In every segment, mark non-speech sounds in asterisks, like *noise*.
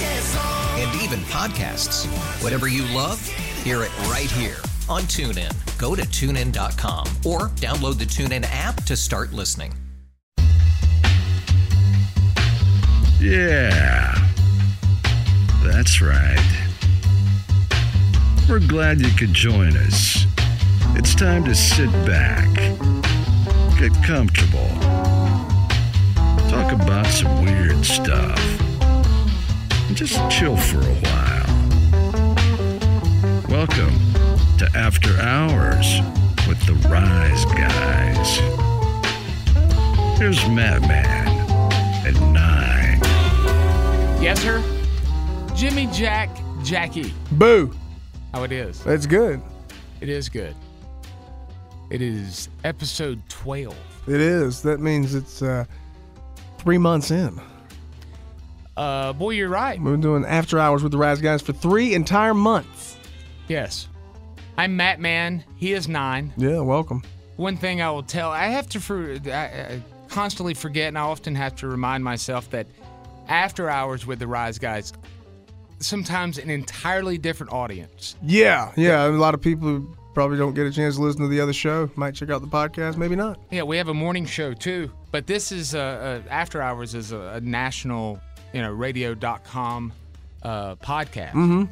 Yes, oh, and even podcasts. Whatever you love, hear it right here on TuneIn. Go to tunein.com or download the TuneIn app to start listening. Yeah. That's right. We're glad you could join us. It's time to sit back, get comfortable, talk about some weird stuff, and just chill for a while. Welcome to After Hours with the Rise Guys. Here's Madman at 9. Yes, sir. Jimmy Jack Jackie. Boo. How it is. That's good. It is good. It is episode 12. It is. That means it's uh, three months in. Uh, boy, you're right. We've been doing after hours with the Rise Guys for three entire months. Yes. I'm Matt Man. He is nine. Yeah, welcome. One thing I will tell, I have to for, I, I constantly forget, and I often have to remind myself that after hours with the Rise Guys, sometimes an entirely different audience. Yeah, yeah. A lot of people who probably don't get a chance to listen to the other show might check out the podcast, maybe not. Yeah, we have a morning show too, but this is uh uh After Hours is a, a national, you know, radio.com uh, podcast.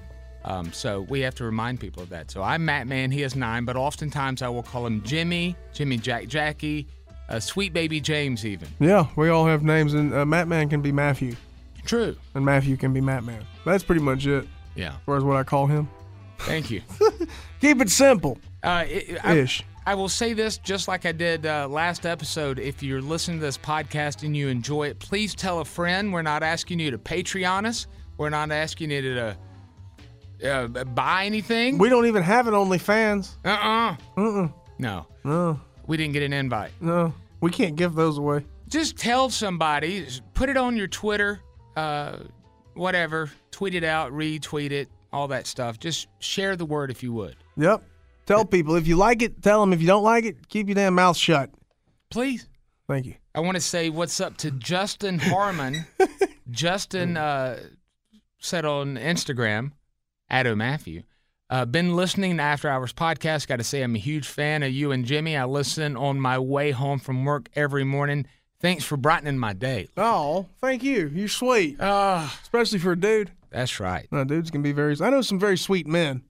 Um, so we have to remind people of that. So I'm Matt Man, he is nine, but oftentimes I will call him Jimmy, Jimmy Jack Jackie, uh, Sweet Baby James, even. Yeah, we all have names, and uh, Matman can be Matthew, True. and Matthew can be Matman. That's pretty much it as Yeah. far as what I call him. Thank you. Keep it simple Uh, it, I, ish. I will say this just like I did uh, last episode. If you're listening to this podcast and you enjoy it, please tell a friend. We're not asking you to Patreon us, we're not asking you to uh, uh, buy anything. We don't even have an OnlyFans. uh uh-uh. uh. No. No, We didn't get an invite. no. We can't give those away. Just tell somebody, s- put it on your Twitter, uh, whatever, tweet it out, retweet it, all that stuff. Just share the word if you would. Yep. Tell people if you like it, tell them. If you don't like it, keep your damn mouth shut. Please. Thank you. I want to say what's up to Justin *laughs* Harmon. Justin uh, said on Instagram, Adam Matthew, uh, been listening to After Hours podcast. Got to say, I'm a huge fan of you and Jimmy. I listen on my way home from work every morning. Thanks for brightening my day. Oh, thank you. You're sweet, Ah, especially for a dude. that's right. No, dudes can be very. I know some very sweet men.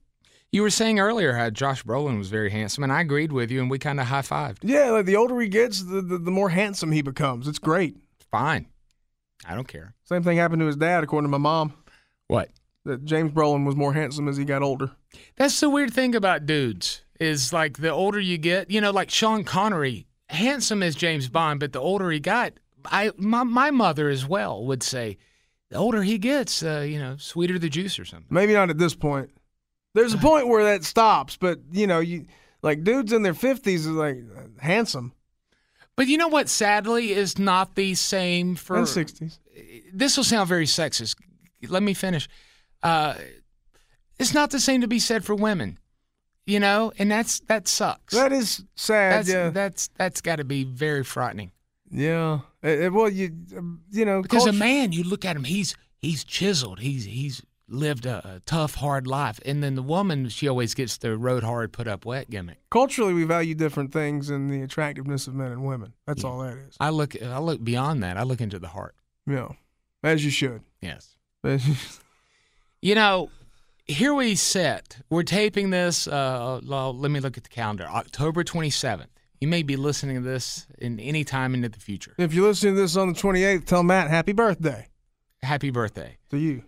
You were saying earlier how Josh Brolin was very handsome, and I agreed with you, and we kind of high fived. Yeah, like the older he gets, the, the the more handsome he becomes. It's great. Fine. I don't care. Same thing happened to his dad, according to my mom. What? That James Brolin was more handsome as he got older. That's the weird thing about dudes is like the older you get, you know, like Sean Connery, handsome as James Bond, but the older he got, I my my mother as well would say, the older he gets, uh, you know, sweeter the juice or something. Maybe not at this point. There's a point where that stops, but you know, you like dudes in their fifties is like handsome But you know what? Sadly, is not the same for and sixties. this will sound very sexist. Let me finish. Uh, it's not the same to be said for women, you know, and that's that sucks. That is sad. that's yeah, that's that's got to be very frightening. yeah. Eh, eh, well, you you know, Because culture- a man, you look at him, he's he's chiseled, he's he's lived a, a tough, hard life, and then the woman, she always gets the road hard, put up wet gimmick. culturally we value different things in the attractiveness of men and women. That's all that is. I look I look beyond that. I look into the heart. Yeah, as you should. Yes. As you- You know, here we sit. We're taping this. Uh, well, let me look at the calendar. October 27th. You may be listening to this in any time into the future. If you're listening to this on the 28th, tell Matt happy birthday Happy birthday to you.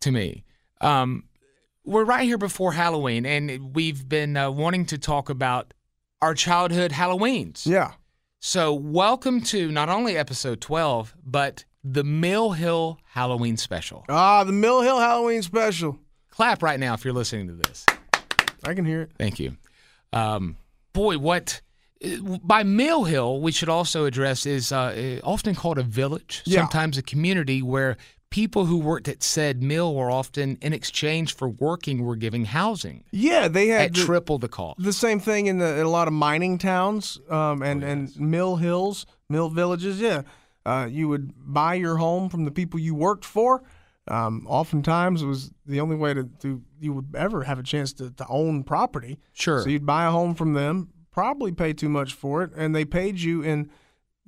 to me. Um, we're right here before Halloween, and we've been uh, wanting to talk about our childhood Halloweens. Yeah. So, welcome to not only episode 12, but the Mill Hill Halloween special. Ah, the Mill Hill Halloween special. Clap right now if you're listening to this. I can hear it. Thank you. Um, boy, what uh, by Mill Hill we should also address is uh, often called a village, Yeah. sometimes a community where people who worked at said mill were often in exchange for working were giving housing Yeah, they had at the, triple the cost. the same thing in, the, in a lot of mining towns um, and, and mill hills, mill villages. Yeah. Uh, you would buy your home from the people you worked for. Um, oftentimes, it was the only way to, to you would ever have a chance to, to own property. Sure. So you'd buy a home from them, probably pay too much for it, and they paid you in.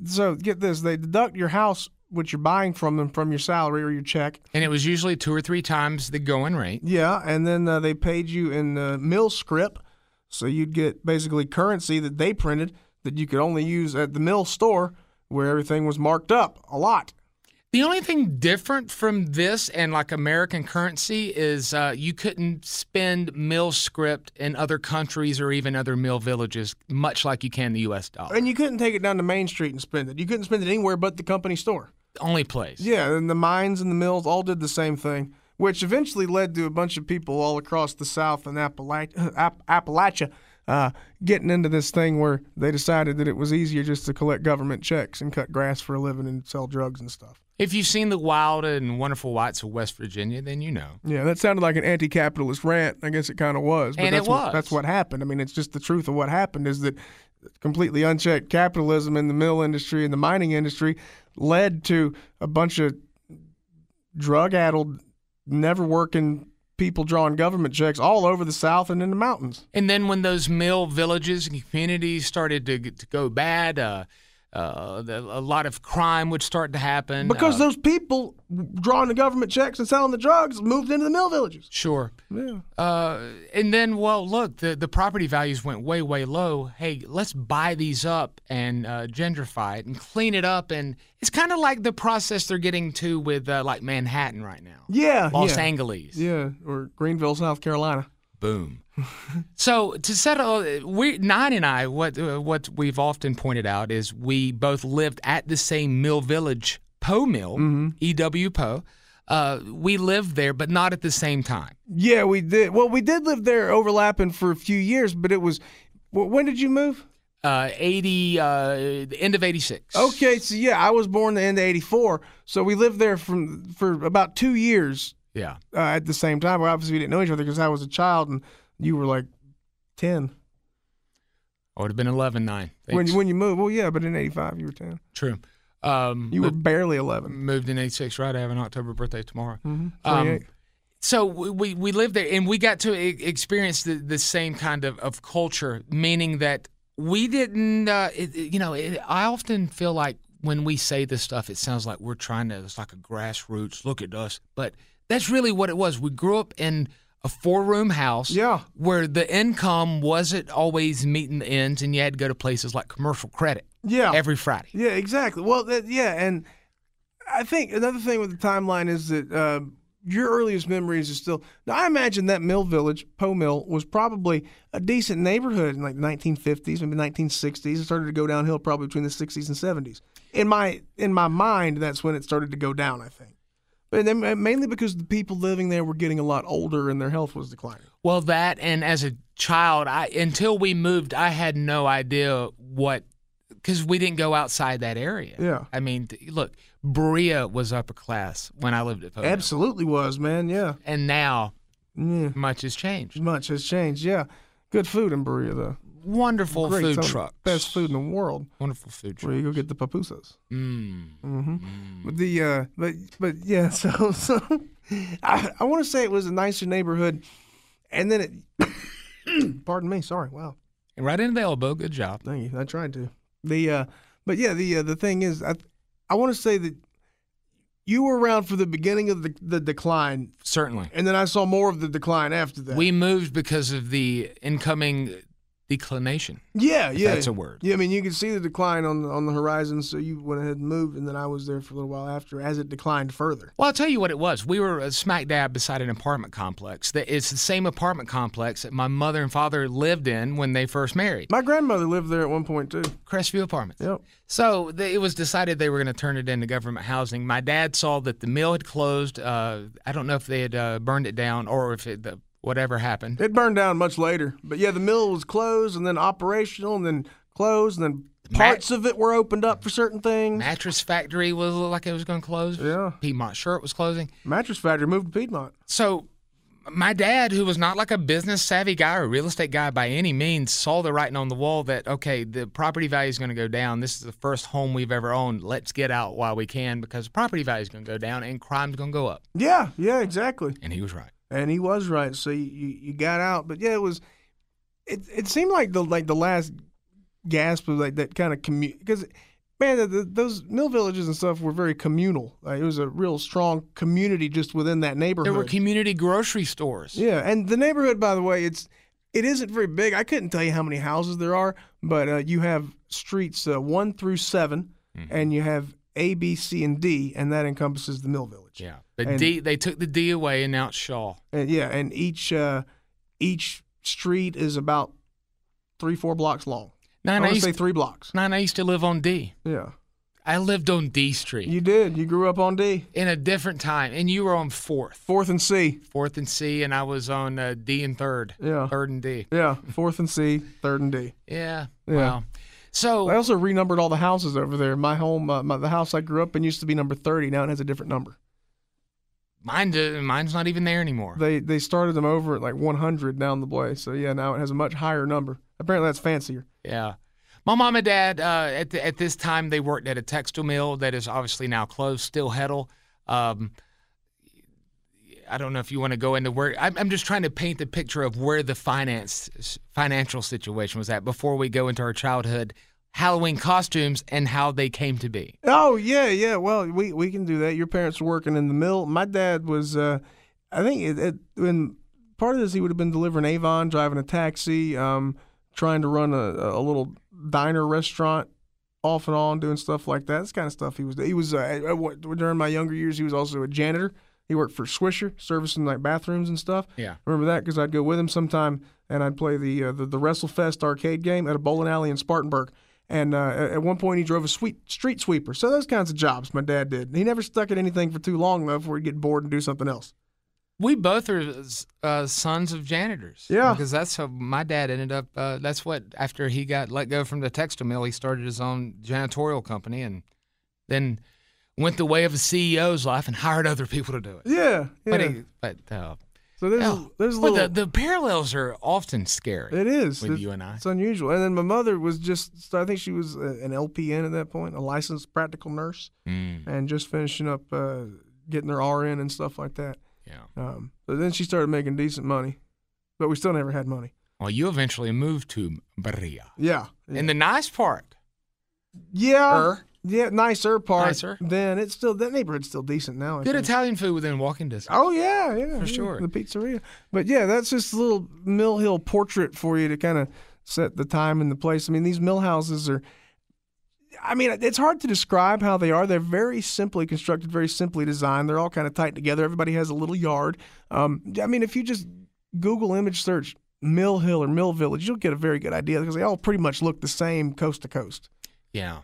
So get this: they deduct your house, which you're buying from them, from your salary or your check. and it was usually two or three times the going rate. Yeah, and then uh, they paid you in uh, mill scrip, so you'd get basically currency that they printed that you could only use at the mill store, where everything was marked up a lot. The only thing different from this and like American currency is uh, you couldn't spend mill script in other countries or even other mill villages, much like you can the U.S. dollar. And you couldn't take it down to Main Street and spend it. You couldn't spend it anywhere but the company store. only place. Yeah, and the mines and the mills all did the same thing, which eventually led to a bunch of people all across the South and Appalach- App- Appalachia uh, getting into this thing where they decided that it was easier just to collect government checks and cut grass for a living and sell drugs and stuff. If you've seen the wild and wonderful whites of West Virginia, then you know. Yeah, that sounded like an anti-capitalist rant. I guess it kind of was, but And it that's what, was. that's what happened. I mean, it's just the truth of what happened is that completely unchecked capitalism in the mill industry and the mining industry led to a bunch of drug-addled, never-working people drawing government checks all over the South and in the mountains. And then when those mill villages and communities started to, to go bad, uh, uh, the, a lot of crime would start to happen. Because uh, those people drawing the government checks and selling the drugs moved into the mill villages. sure. Yeah. Uh, and then, well, look, the, the property values went way, way low. Hey, let's buy these up and uh, gentrify it and clean it up. And it's kind of like the process they're getting to with uh, like Manhattan right now, Yeah. Los yeah. Angeles. Yeah, or Greenville, South Carolina. *laughs* Boom. so to settle, we nine and I, what uh, what we've often pointed out is we both lived at the same mill village, Poe Mill, Mm-hmm. E W Poe. Uh, we lived there, but not at the same time. Yeah, we did. Well, we did live there overlapping for a few years, but it was. wh- When did you move? Uh, eighty, uh, the end of eighty six. Okay, so yeah, I was born the end of '84, so we lived there from for about two years Yeah. uh, at the same time. Well, obviously, we didn't know each other because I was a child and you were like ten I would have been 11, 9. when you, when you moved. Well, yeah, but in '85 you were ten. True. Um, You were barely eleven. moved in 86, right? I have an October birthday tomorrow. Mm-hmm. Um, 28. so we, we, we lived there and we got to e- experience the, the same kind of, of culture, meaning that we didn't, uh, it, it- you know, it, I often feel like when we say this stuff, it sounds like we're trying to, it's like a grassroots, look at us. But that's really what it was. We grew up in a four room house Yeah. where the income wasn't always meeting the ends and you had to go to places like commercial credit yeah, every Friday. Yeah, exactly. Well, that, yeah, and I think another thing with the timeline is that uh, your earliest memories are still. Now, I imagine that mill village, Poe Mill, was probably a decent neighborhood in like 1950s, maybe 1960s. It started to go downhill probably between the 60s and 70s. In my in my mind, that's when it started to go down. I think, but then uh, mainly because the people living there were getting a lot older and their health was declining. Well, that and as a child, I until we moved, I had no idea what because we didn't go outside that area. Yeah. I mean, t- look, Berea was upper class when I lived at Poe. Absolutely was, man. Yeah, And now yeah. much has changed. Much has changed. Yeah, good food in Berea though. Wonderful Great, food some of the trucks. Best food in the world. Wonderful food Where you truck. go get the papusas. Mm. But the uh, but but yeah. *laughs* So so I, I want to say it was a nicer neighborhood, and then it. *coughs* pardon me. Sorry. Wow. And right into the elbow. Good job. Thank you. I tried to. The uh, but yeah. The uh, the thing is, I I want to say that you were around for the beginning of the, the decline, Certainly. and then I saw more of the decline after that. We moved because of the incoming declination. yeah, yeah, that's a word. Yeah, I mean you could see the decline on the, on the horizon, so you went ahead and moved, and then I was there for a little while after as it declined further. Well, I'll tell you what it was. We were uh, smack dab beside an apartment complex. That It's the same apartment complex that my mother and father lived in when they first married. My grandmother lived there at one point too. Crestview Apartments. Yep. So th- it was decided they were going to turn it into government housing. My dad saw that the mill had closed. Uh, I don't know if they had uh, burned it down or if it, the, whatever happened. It burned down much later, but yeah, the mill was closed and then operational, and then closed, and then Ma- parts of it were opened up for certain things. Mattress Factory was looked like it was going to close. Yeah. Piedmont Shirt was closing. Mattress factory moved to Piedmont. So my dad, who was not like a business savvy guy or real estate guy by any means, saw the writing on the wall that, okay, the property value is going to go down. This is the first home we've ever owned. Let's get out while we can because the property value is going to go down and crime's going to go up. Yeah, yeah, exactly. And he was right. and he was right. So you, you, you got out, but yeah, it was. It it seemed like the like the last gasp of like that kind of commu because man, the, the, those mill villages and stuff were very communal. Like, it was a real strong community just within that neighborhood. There were community grocery stores. yeah, and the neighborhood, by the way, it's it isn't very big. I couldn't tell you how many houses there are, but uh, you have streets uh, one through 7 Mm-hmm. and you have A, B, C, and D, and that encompasses the mill village. Yeah. The And- D, they took the D away and now it's Shaw. And yeah, and each uh, each street is about three, four blocks long. I Nine, I want to used, say three blocks. nine, I used to live on D. Yeah, I lived on D Street you did. You grew up on D, in a different time, and you were on fourth, fourth and C. fourth and C, and I was on uh, D and third, Yeah, third and D. yeah, *laughs* fourth and C, third and D. Yeah. Yeah. Wow. I So also renumbered all the houses over there. My home, uh, my, the house I grew up in, used to be number thirty. Now it has a different number. mine, do- mine's not even there anymore. They they started them over at like one hundred down the way. So yeah, now it has a much higher number. Apparently that's fancier. yeah. My mom and dad, uh, at, the, at this time, they worked at a textile mill that is obviously now closed, still Heddle. Um, I don't know if you want to go into where I'm, I'm just trying to paint the picture of where the finance financial situation was at before we go into our childhood Halloween costumes and how they came to be. Oh yeah, yeah. Well, we we can do that. Your parents were working in the mill. My dad was, uh, I think, it, it, when part of this he would have been delivering Avon, driving a taxi, um, trying to run a, a little diner restaurant, off and on, doing stuff like that. This kind of stuff he was. He was uh, at- at what- during my younger years. He was also a janitor. He worked for Swisher, servicing like bathrooms and stuff. Yeah. remember that because I'd go with him sometime, and I'd play the uh, the, the WrestleFest arcade game at a bowling alley in Spartanburg. And uh, at at one point, he drove a sweet street sweeper. So those kinds of jobs my dad did. He never stuck at anything for too long though, before he'd get bored and do something else. We both are uh, sons of janitors. Yeah. Because that's how my dad ended up. Uh, that's what, after he got let go from the textile mill, he started his own janitorial company and then went the way of a CEO's life and hired other people to do it. Yeah, yeah. But, he, but uh, so there's yeah. there's a But little. the, the parallels are often scary. it is with It's- you and I. It's unusual. And then my mother was just. I think she was uh, an LPN at that point, a licensed practical nurse, Mm, and just finishing up uh, getting her RN and stuff like that. yeah. Um, but then she started making decent money, but we still never had money. Well, you eventually moved to Berea. Yeah. yeah. And the nice part, Yeah. Er. Yeah, nicer part. Nicer. Then it's still that neighborhood's still decent now. I good think. Italian food within walking distance. Oh yeah, yeah, yeah, For sure. The pizzeria. But yeah, that's just a little Mill Hill portrait for you to kind of set the time and the place. I mean, these mill houses are. I mean, it's hard to describe how they are. They're very simply constructed, very simply designed. They're all kind of tight together. Everybody has a little yard. Um, I mean, if you just Google image search Mill Hill or Mill Village, you'll get a very good idea because they all pretty much look the same coast to coast. Yeah.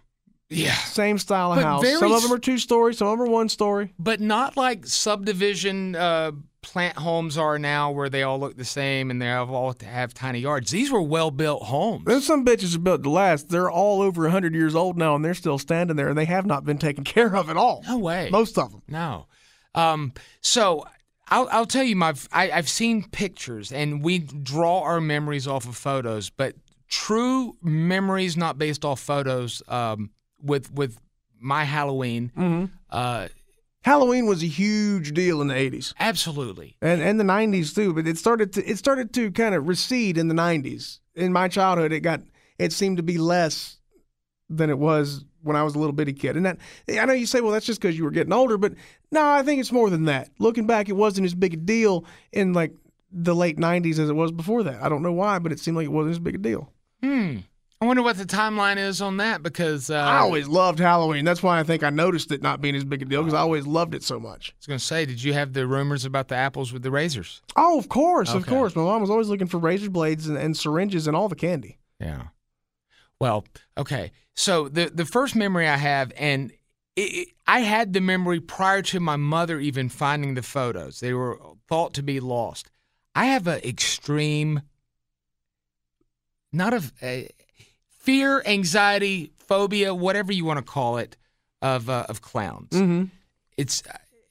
Yeah. Same style of But house. very Some of s- them are two story, some of them are one story. but not like subdivision uh, plant homes are now, where they all look the same and they have all to have tiny yards. These were well built homes. Those some bitches are built to last. They're all over 100 years old now, and they're still standing there, and they have not been taken *laughs* care of at all. no way. Most of them. no. Um, so I'll, I'll tell you, my I, I've seen pictures, and we draw our memories off of photos, but true memories not based off photos. Um, with with my Halloween, Mm-hmm. uh, Halloween was a huge deal in the 80s. absolutely. And, and the 90s too, but it started to it started to kind of recede in the 90s. In my childhood, it got it seemed to be less than it was when I was a little bitty kid. And that I know you say, well, that's just because you were getting older, but no, I think it's more than that. Looking back, it wasn't as big a deal in like the late '90s as it was before that. I don't know why, but it seemed like it wasn't as big a deal. Hmm. I wonder what the timeline is on that because uh, I I always loved Halloween. That's why I think I noticed it not being as big a deal because I always loved it so much. was going to say, did you have the rumors about the apples with the razors? Oh, of course, of Okay. course. My mom was always looking for razor blades and, and syringes and all the candy. Yeah. Well, okay. So the the first memory I have, and it, it, I had the memory prior to my mother even finding the photos. They were thought to be lost. I have an extreme, not of a fear, anxiety, phobia, whatever you want to call it, of uh, of clowns. Mm-hmm. It's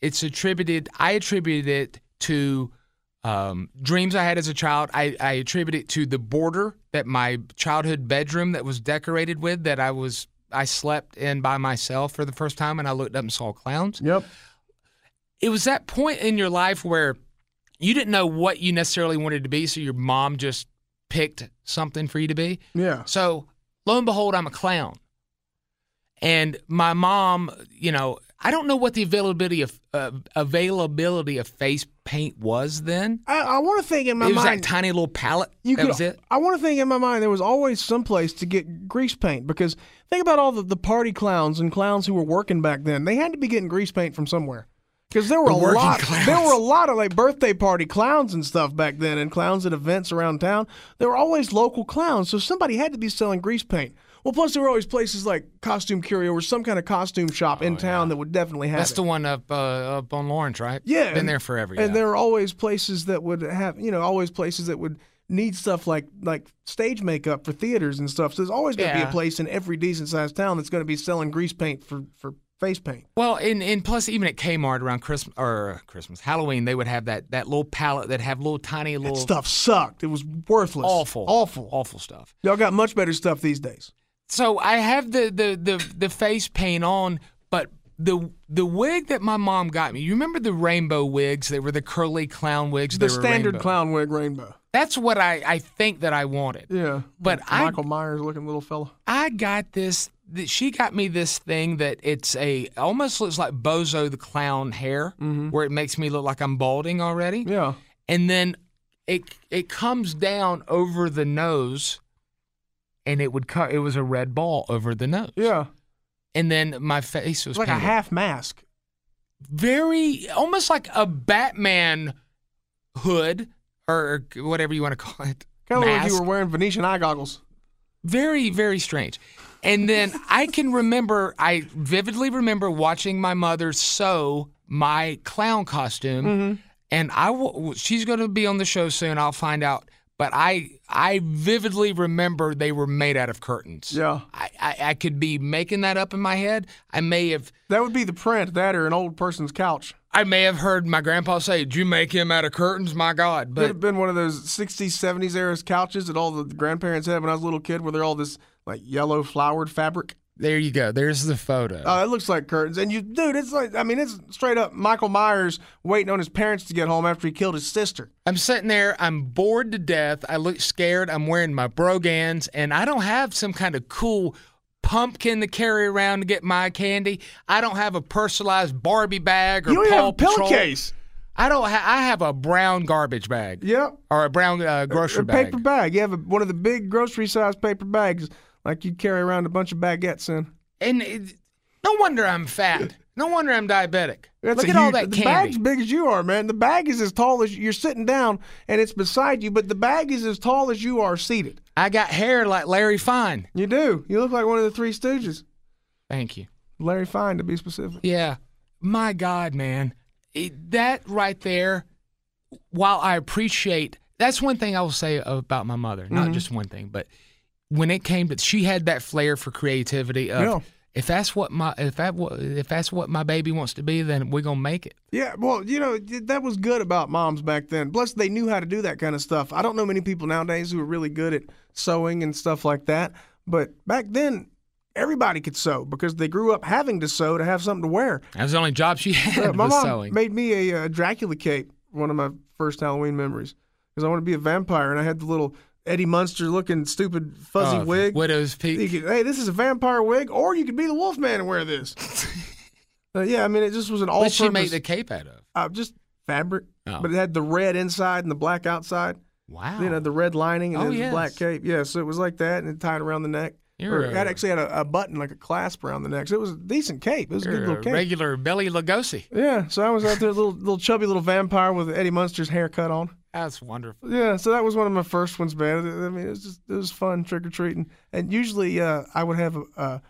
it's attributed. I attributed it to um, dreams I had as a child. I, I attribute it to the border that my childhood bedroom that was decorated with that I was I slept in by myself for the first time and I looked up and saw clowns. Yep. It was that point in your life where you didn't know what you necessarily wanted to be, so your mom just picked something for you to be. Yeah. So lo and behold, I'm a clown. And my mom, you know, I don't know what the availability of uh, availability of face paint was then I, I want to think in my it was mind. that tiny little palette. You that could, was it. I want to think in my mind there was always some place to get grease paint because think about all the, the party clowns and clowns who were working back then. They had to be getting grease paint from somewhere because there were The a working lot. clowns. There were a lot of like birthday party clowns and stuff back then, and clowns at events around town. There were always local clowns, so somebody had to be selling grease paint. Well, plus there were always places like Costume Curio or some kind of costume shop in town that would definitely have Oh, That's it. the one up uh, up on Lawrence, right? Yeah, been and- there forever. And yeah. there are always places that would have, you know, always places that would need stuff like like stage makeup for theaters and stuff. So there's always going to be Yeah. a place in every decent sized town that's going to be selling grease paint for for face paint. well, and, and plus even at Kmart around Christmas or Christmas Halloween, they would have that that little palette that have little tiny That little stuff sucked. It was worthless. awful, Awful. awful stuff. Y'all got much better stuff these days. so I have the the the, the face paint on, but the the wig that my mom got me. You remember the rainbow wigs? They were the curly clown wigs. The They were standard rainbow. clown wig rainbow. That's what I I think that I wanted. Yeah. But Like I- Michael Myers looking little fella. I got this. th- She got me this thing that it's a almost looks like Bozo the Clown hair, where it makes me look like I'm balding already, Mm-hmm. Yeah. and then it it comes down over the nose, and it would cut. It was a red ball over the nose, Yeah. and then my face was It's like a painted. half mask. very almost like a Batman hood or whatever you want to call it. Kind of like you Mask. were wearing Venetian eye goggles. very very strange and then i can remember i vividly remember watching my mother sew my clown costume Mm-hmm. and i will, she's going to be on the show soon i'll find out but i i vividly remember they were made out of curtains Yeah. I, I, I could be making that up in my head. I may have That would be the print, that or an old person's couch. I may have heard my grandpa say, "Did you make him out of curtains?" My God, Could but have been one of those 60s, 70s era couches that all the grandparents had when I was a little kid, where they're all this like yellow flowered fabric. there you go. There's the photo. Oh, it looks like curtains. And you, dude, it's like, I mean, it's straight up Michael Myers waiting on his parents to get home after he killed his sister. I'm sitting there, I'm bored to death, I look scared, I'm wearing my brogans, and I don't have some kind of cool pumpkin to carry around to get my candy. I don't have a personalized Barbie bag or you don't even Paw have a Patrol. pillowcase. I don't ha- I have a brown garbage bag. Yep. Or a brown uh, grocery A bag. paper bag. You have a, one of the big grocery sized paper bags, like you carry around a bunch of baguettes in. And it, no wonder I'm fat. No wonder I'm diabetic. That's look a at all huge- that the candy. bag's big as you are, man. The bag is as tall as you're sitting down, and it's beside you, but the bag is as tall as you are seated. I got hair like Larry Fine. You do. You look like one of the Three Stooges. Thank you. Larry Fine, to be specific. Yeah. My God, man. It- that right there, while I appreciate, that's one thing I will say about my mother. Not Mm-hmm. just one thing, but when it came to, she had that flair for creativity of, Yeah. if that's what my, if that, wa- if that's what my baby wants to be, then we're going to make it. Yeah, well, you know, th- that was good about moms back then. Plus, they knew how to do that kind of stuff. I don't know many people nowadays who are really good at sewing and stuff like that. But back then, everybody could sew because they grew up having to sew to have something to wear. That was the only job she *laughs* had Yeah, my was mom sewing. made me a uh, Dracula cape, one of my first Halloween memories, because I wanted to be a vampire, and I had the little Eddie Munster looking stupid fuzzy Uh, wig. Widow's You Peak. could, hey, this is a vampire wig, or you could be the Wolfman and wear *laughs* this. Uh, yeah, I mean, it just was an all What she made purpose. the cape out of? uh, just fabric, Oh. but it had the red inside and the black outside. Wow. You know, the red lining and Oh, then the black yes. cape. Yeah, so it was like that, and it tied around the neck. You're Or a- it actually had a, a button, like a clasp around the neck. So it was a decent cape. It was a You're good a little cape. regular Belly Lugosi. yeah, so I was out there, little little chubby little vampire with Eddie Munster's haircut on. That's wonderful. Yeah, so that was one of my first ones, man. I mean, it was just it was fun trick or treating, and usually uh, I would have a, a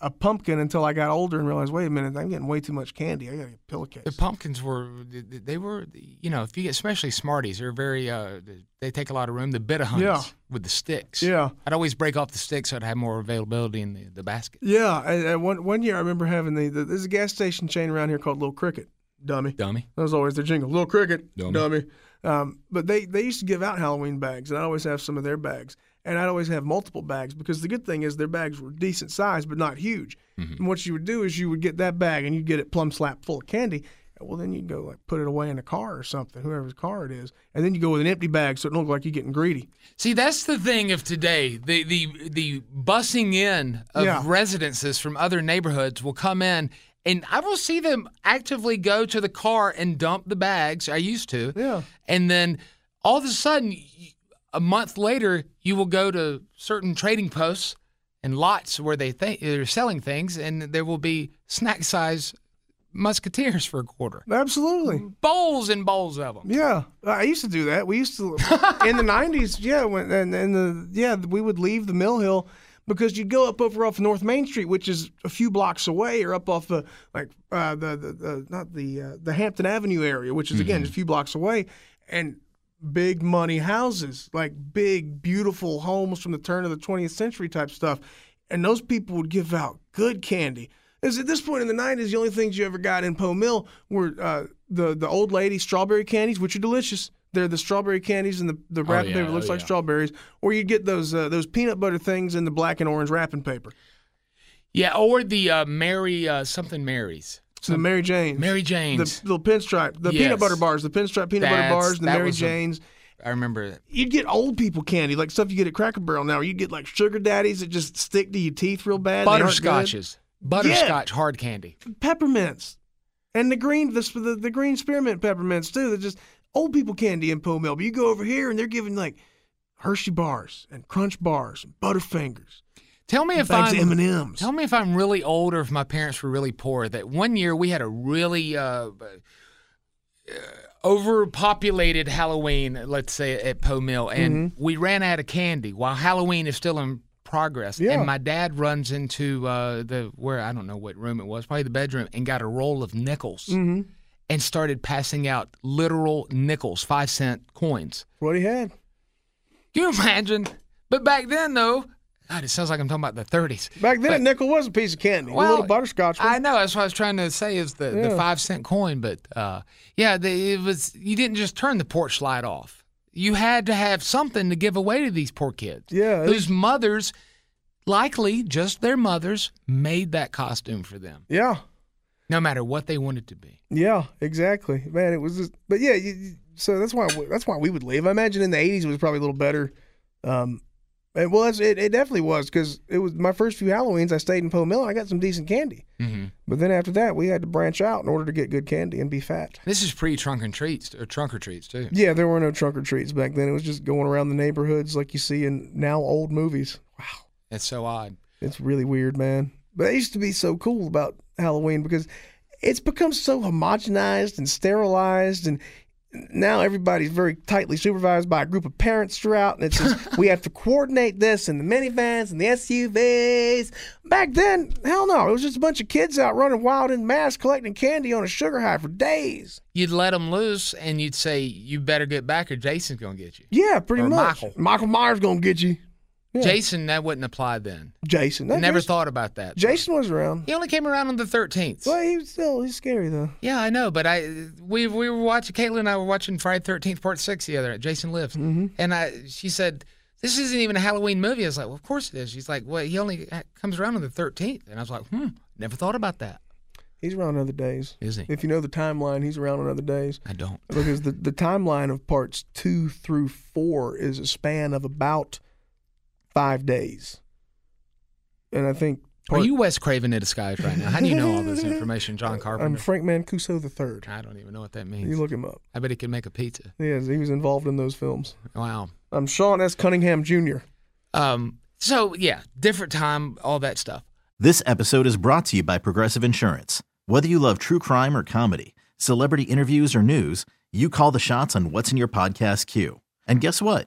a pumpkin until I got older and realized, wait a minute, I'm getting way too much candy. I got to get pillowcase. The pumpkins were, they were, you know, if you get, especially Smarties, they're very, uh, they take a lot of room. The bit of hunts Yeah. with the sticks. Yeah. I'd always break off the sticks so I'd have more availability in the, the basket. yeah, and, and one one year I remember having the, the there's a gas station chain around here called Little Cricket, dummy. Dummy. That was always their jingle, Little Cricket, Dummy. dummy. Um, but they they used to give out Halloween bags, and I always have some of their bags, and I'd always have multiple bags because the good thing is their bags were decent size but not huge. And what you would do is you would get that bag and you'd get it plumb slap full of candy. Well, then you'd go like put it away in a car or something, whoever's car it is, and then you go with an empty bag so it don't look like you're getting greedy. See, that's the thing of today. The the the bussing in of Yeah. residences from other neighborhoods will come in and I will see them actively go to the car and dump the bags. I used to. Yeah. And then all of a sudden y- a month later you will go to certain trading posts and lots where they think they're selling things and there will be snack size musketeers for a quarter. Absolutely. Bowls and bowls of them. Yeah, I used to do that. We used to in the '90s. Yeah, when and, and the yeah we would leave the Mill Hill because you'd go up over off North Main Street, which is a few blocks away, or up off the like uh, the, the the not the uh, the Hampton Avenue area, which is again just a few blocks away, and big money houses, like big beautiful homes from the turn of the 20th century type stuff, and those people would give out good candy. Because at this point in the 90s, the only things you ever got in Po Mill were uh, the the old lady strawberry candies, which are delicious. They're the strawberry candies and the, the Oh, wrapping paper looks like strawberries, or you'd get those uh, those peanut butter things in the black and orange wrapping paper. Yeah, or the uh, Mary uh, something Marys. So the Mary Janes, Mary the Jane's. little pinstripe, the Yes. peanut butter bars, the pinstripe peanut That's- butter bars, and the that Mary was a- Janes. I remember that. You'd get old people candy, like stuff you get at Cracker Barrel now. You'd get like sugar daddies that just stick to your teeth real bad. and they aren't good. Butterscotches. Butterscotch hard candy. peppermints, and the green the, the the green spearmint peppermints too. They're just old people candy in Po Mill. But you go over here and they're giving like Hershey bars and Crunch bars and Butterfingers, Tell me if bags I'm of M and M's. tell me if I'm really old or if my parents were really poor. That one year we had a really uh, uh, overpopulated Halloween, let's say at Po Mill, and Mm-hmm. we ran out of candy while Halloween is still in progress. Yeah. And my dad runs into uh, the where I don't know what room it was, probably the bedroom, and got a roll of nickels. Mm-hmm. And started passing out literal nickels, five cent coins. What he had? Can you imagine? But back then, though, God, it sounds like I'm talking about the 30s. Back then, a nickel was a piece of candy. a little butterscotch. I know. That's what I was trying to say is the, the Yeah. five cent coin. But uh, yeah, the, it was. You didn't just turn the porch light off. You had to have something to give away to these poor kids. Yeah, it- whose mothers, likely just their mothers, made that costume for them, yeah, no matter what they wanted to be. yeah, exactly. Man, it was. Just, but yeah, you, you- so that's why we- that's why we would leave. I imagine in the '80s it was probably a little better. Um, it was. It, it definitely was because it was my first few Halloweens. I stayed in Po Mill. and I got some decent candy. Mm-hmm. But then after that, we had to branch out in order to get good candy and be fat. This is pre trunk and treats or trunk or treats too. Yeah, there were no trunk or treats back then. It was just going around the neighborhoods like you see in now old movies. Wow. It's so odd. It's really weird, man. But that used to be so cool about Halloween because it's become so homogenized and sterilized and now everybody's very tightly supervised by a group of parents throughout and it's *laughs* just we have to coordinate this and the minivans and the SUVs. Back then, hell no, it was just a bunch of kids out running wild in mass collecting candy on a sugar high for days. You'd let them loose, and you'd say, "You better get back, or Jason's gonna get you." Yeah, pretty Or much. Michael. Michael Myers gonna get you. Yeah. Jason, that wouldn't apply then. Jason. No, Never Jason, thought about that. Jason was around. He only came around on the 13th. Well, he was still he's scary though. Yeah, I know, but I we we were watching Caitlin and I were watching Friday Thirteenth Part Six the other night. Jason Lives, Mm-hmm. and I she said this isn't even a Halloween movie. I was like, well, of course it is. She's like, well, he only ha- comes around on the thirteenth, and I was like, hmm, never thought about that. He's around other days. Is he? If you know the timeline, he's around on other days. I don't. Because the, the timeline of parts two through four is a span of about five days. And I think Are part- you Wes Craven in disguise right now? How do you know *laughs* all this information, John I'm Carpenter? um, Frank Mancuso the third. I don't even know what that You means. look him up. I bet he could make a pizza. Yes, he was involved in those films. Wow. I'm Sean S. Cunningham Jr. Um. So yeah, different time, all that stuff. This episode is brought to you by Progressive Insurance. Whether you love true crime or comedy, celebrity interviews or news, you call the shots on what's in your podcast queue. And guess what?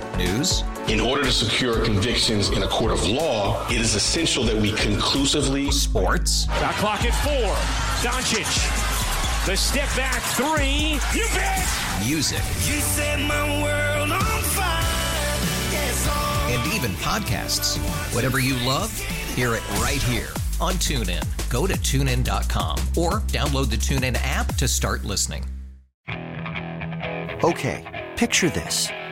News, In order to secure convictions in a court of law, it is essential that we conclusively sports, Shot clock at four. Doncic. The step back three. You bet. music, You set my world on fire. Yes, all. and even podcasts. Whatever you love, hear it right here on TuneIn. Go to tunein.com or download the TuneIn app to start listening. Okay, picture this.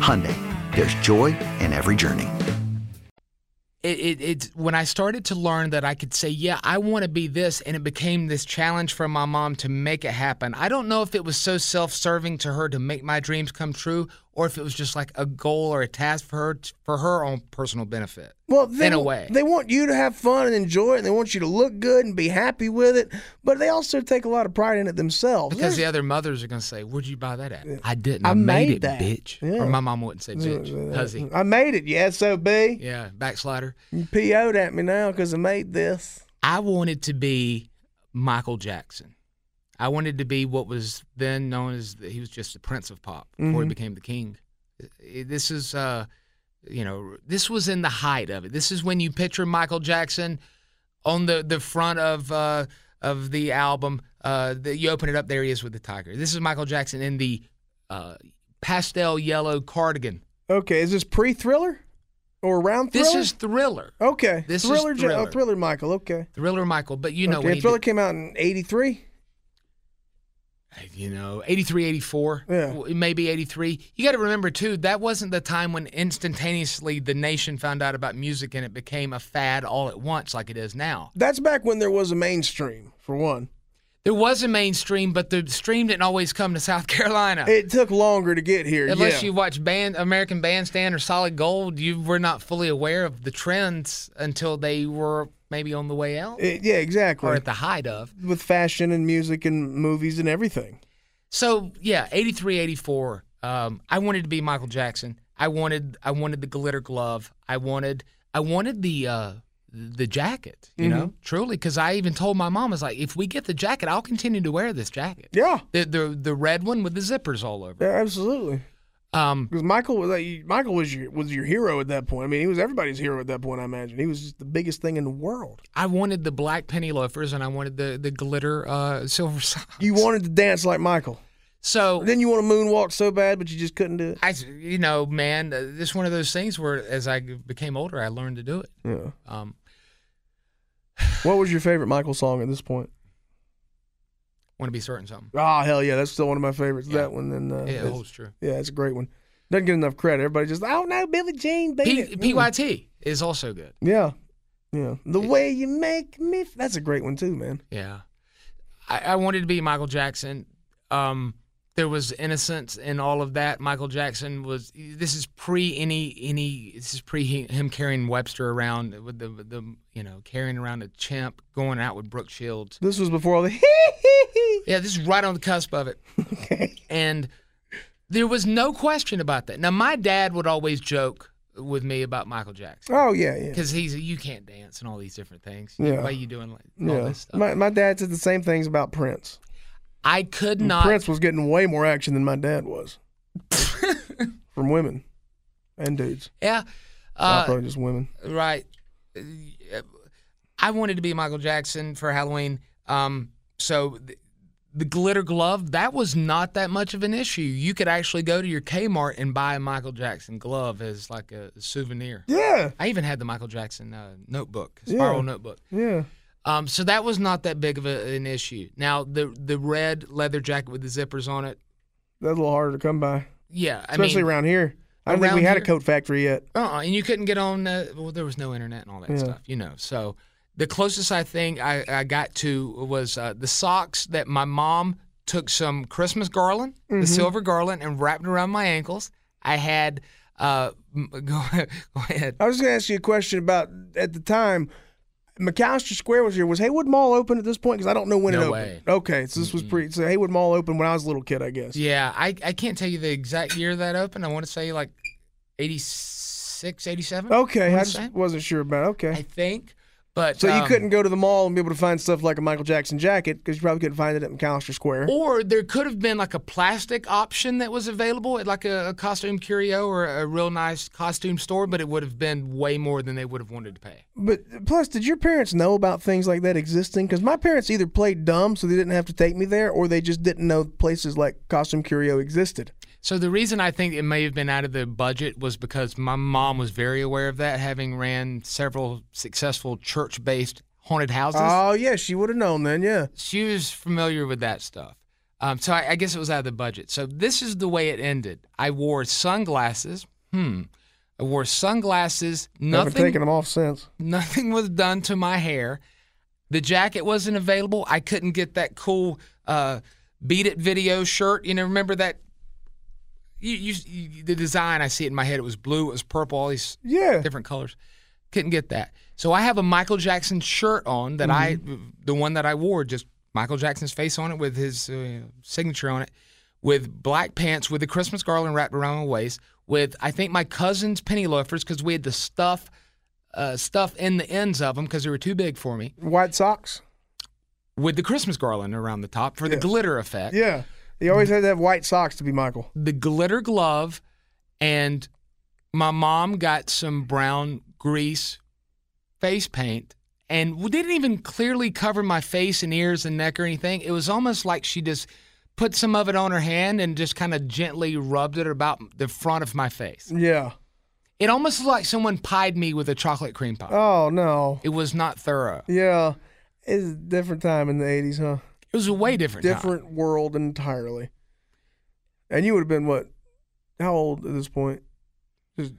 Hyundai, there's joy in every journey. It, it it's when I started to learn that I could say, yeah, I want to be this, and it became this challenge from my mom to make it happen. I don't know if it was so self-serving to her to make my dreams come true, or if it was just like a goal or a task for her for her own personal benefit. Well, they, In a wa- way. they want you to have fun and enjoy it, and they want you to look good and be happy with it. But they also take a lot of pride in it themselves. Because the There's- other mothers are gonna say, "Where'd you buy that at?" I didn't. I I, made, made it, that." bitch. Yeah. Or my mom wouldn't say bitch. Huzzy. I made it, you sob. Yeah, backslider. You PO'd at me now because I made this. I wanted to be Michael Jackson. I wanted to be what was then known as he was just the Prince of Pop Mm-hmm. before he became the King. I- This is, uh, you know, this was in the height of it. This is when you picture Michael Jackson on the the front of uh, of the album. Uh, the, you open it up, there he is with the tiger. This is Michael Jackson in the uh, pastel yellow cardigan. Okay, is this pre-thriller or around thriller? This is Thriller, okay. this is thriller, Ja- oh, Thriller. thriller, Michael. Okay. Thriller Michael. But you know, okay. when and he thriller did- came out in '83. you know 83 84 Yeah. w- maybe 83 you got to remember too that wasn't the time when instantaneously the nation found out about music and it became a fad all at once like it is now That's back when there was a mainstream. For one, there was a mainstream but the stream didn't always come to *laughs* south carolina it took longer to get here. unless yeah. you watch band american bandstand or solid gold you were not fully aware of the trends until they were maybe on the way out It- yeah, exactly. or at the height of With fashion and music and movies and everything. So yeah, 83, 84. Um, I wanted to be Michael Jackson. I wanted I wanted the glitter glove. I wanted I wanted the uh, the jacket. You Mm-hmm. know, truly, because I even told my mom I was like, if we get the jacket, I'll continue to wear this jacket. Yeah. The the the red one with the zippers all over. Yeah, absolutely. Um, Because Michael was like, Michael was your was your hero at that point. I mean, he was everybody's hero at that point. I imagine he was just the biggest thing in the world. I wanted the black penny loafers and I wanted the the glitter uh, silver *laughs* socks. You wanted to dance like Michael. so Then you want to moonwalk so bad, but you just couldn't do it. I, you know, man, uh, this one of those things where as I became older, I learned to do it. Yeah. Um, What was your favorite Michael song at this point? want to be certain something. Ah, hell yeah, that's still one of my favorites. Yeah. That one, and uh, Yeah, oh, it it's- holds true. yeah, it's a great one. Doesn't get enough credit. Everybody just, oh no, Billie Jean beat P- it. PYT is also good. Yeah, yeah. The way you make me. F- That's a great one too, man. Yeah. I, I wanted to be Michael Jackson. Um, there was innocence in all of that. Michael Jackson was. This is pre any any. This is pre he- him carrying Webster around with the the you know carrying around a chimp, going out with Brooke Shields. This was before all the *laughs* hee hee hee. Yeah, this is right on the cusp of it. Okay. And there was no question about that. Now my dad would always joke with me about Michael Jackson Oh yeah, yeah. because he's you can't dance and all these different things. Yeah. Why you doing like all Yeah. this stuff? My my dad said the same things about Prince. I could And not. Mm, Prince was getting way more action than my dad *laughs* was from women and dudes. yeah. Well, Uh, probably just women. Right. I wanted to be Michael Jackson for Halloween. Um, so the, the glitter glove, that was not that much of an issue. You could actually go to your Kmart and buy a Michael Jackson glove as like a souvenir. Yeah, I even had the Michael Jackson uh, notebook, spiral Yeah. notebook. yeah. Um, so that was not that big of a, an issue. Now the the red leather jacket with the zippers on it, That's a little harder to come by, yeah, I especially mean, around here. I don't think we around had a here- coat factory yet. Uh-uh, and you couldn't get on. Uh, well, there was no internet and all that stuff, you know. So the closest I think I, I got to was uh, the socks that my mom took some Christmas garland, Mm-hmm. the silver garland, and wrapped it around my ankles. I had. Uh, m- *laughs* go, go ahead. I was going to ask you a question about at the time. McAllister Square was here. Was Haywood Mall open at this point? Because I don't know when No it way. opened. Okay, so this was pre. So Haywood Mall opened when I was a little kid, I guess. Yeah, I, I can't tell you the exact year that opened. I want to say like 86, 87. Okay, wanna I just say. wasn't sure about. Okay, I think. But so you um, couldn't go to the mall and be able to find stuff like a Michael Jackson jacket because you probably couldn't find it at McAllister Square. Or there could have been like a plastic option that was available at like a, a costume curio or a real nice costume store, but it would have been way more than they would have wanted to pay. But plus, did your parents know about things like that existing? Because my parents either played dumb so they didn't have to take me there, or they just didn't know places like Costume Curio existed. So the reason I think it may have been out of the budget was because my mom was very aware of that, having ran several successful church based haunted houses. Oh yeah, she would have known then. Yeah, she was familiar with that stuff. Um, so I, I guess it was out of the budget. So this is the way it ended. I wore sunglasses. Hmm. I wore sunglasses. haven't Nothing. taken them off since. Nothing was done to my hair. The jacket wasn't available. I couldn't get that cool uh, "Beat It" video shirt. You know, remember that? You, you, you, the design I see it in my head. It was blue. It was purple. All these Yeah, different colors. Couldn't get that. So I have a Michael Jackson shirt on that I, the one that I wore, just Michael Jackson's face on it with his uh, signature on it, with black pants with a Christmas garland wrapped around my waist, with I think my cousin's penny loafers because we had the stuff, uh, stuff in the ends of them because they were too big for me, white socks. with the Christmas garland around the top for the Yes. glitter effect. Yeah, you always had to have white socks to be Michael. the glitter glove, and my mom got some brown grease face paint and we didn't even clearly cover my face and ears and neck or anything. It was almost like she just put some of it on her hand and just kind of gently rubbed it about the front of my face. Yeah. It almost looked like someone pied me with a chocolate cream pie. Oh no. it was not thorough. Yeah, it's a different time in the '80s, huh? It was a way different. time. Different world entirely. And you would have been what? How old at this point? Just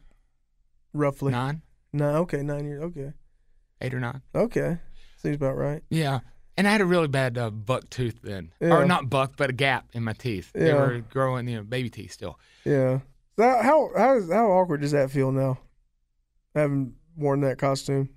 roughly. Nine, No, okay, nine years. Okay, eight or nine. okay, seems about right. Yeah. And I had a really bad uh, buck tooth then. Yeah. Or not buck, but a gap in my teeth. They Yeah. were growing, you know, baby teeth still. Yeah. So how how is, how awkward does that feel now? Having worn that costume,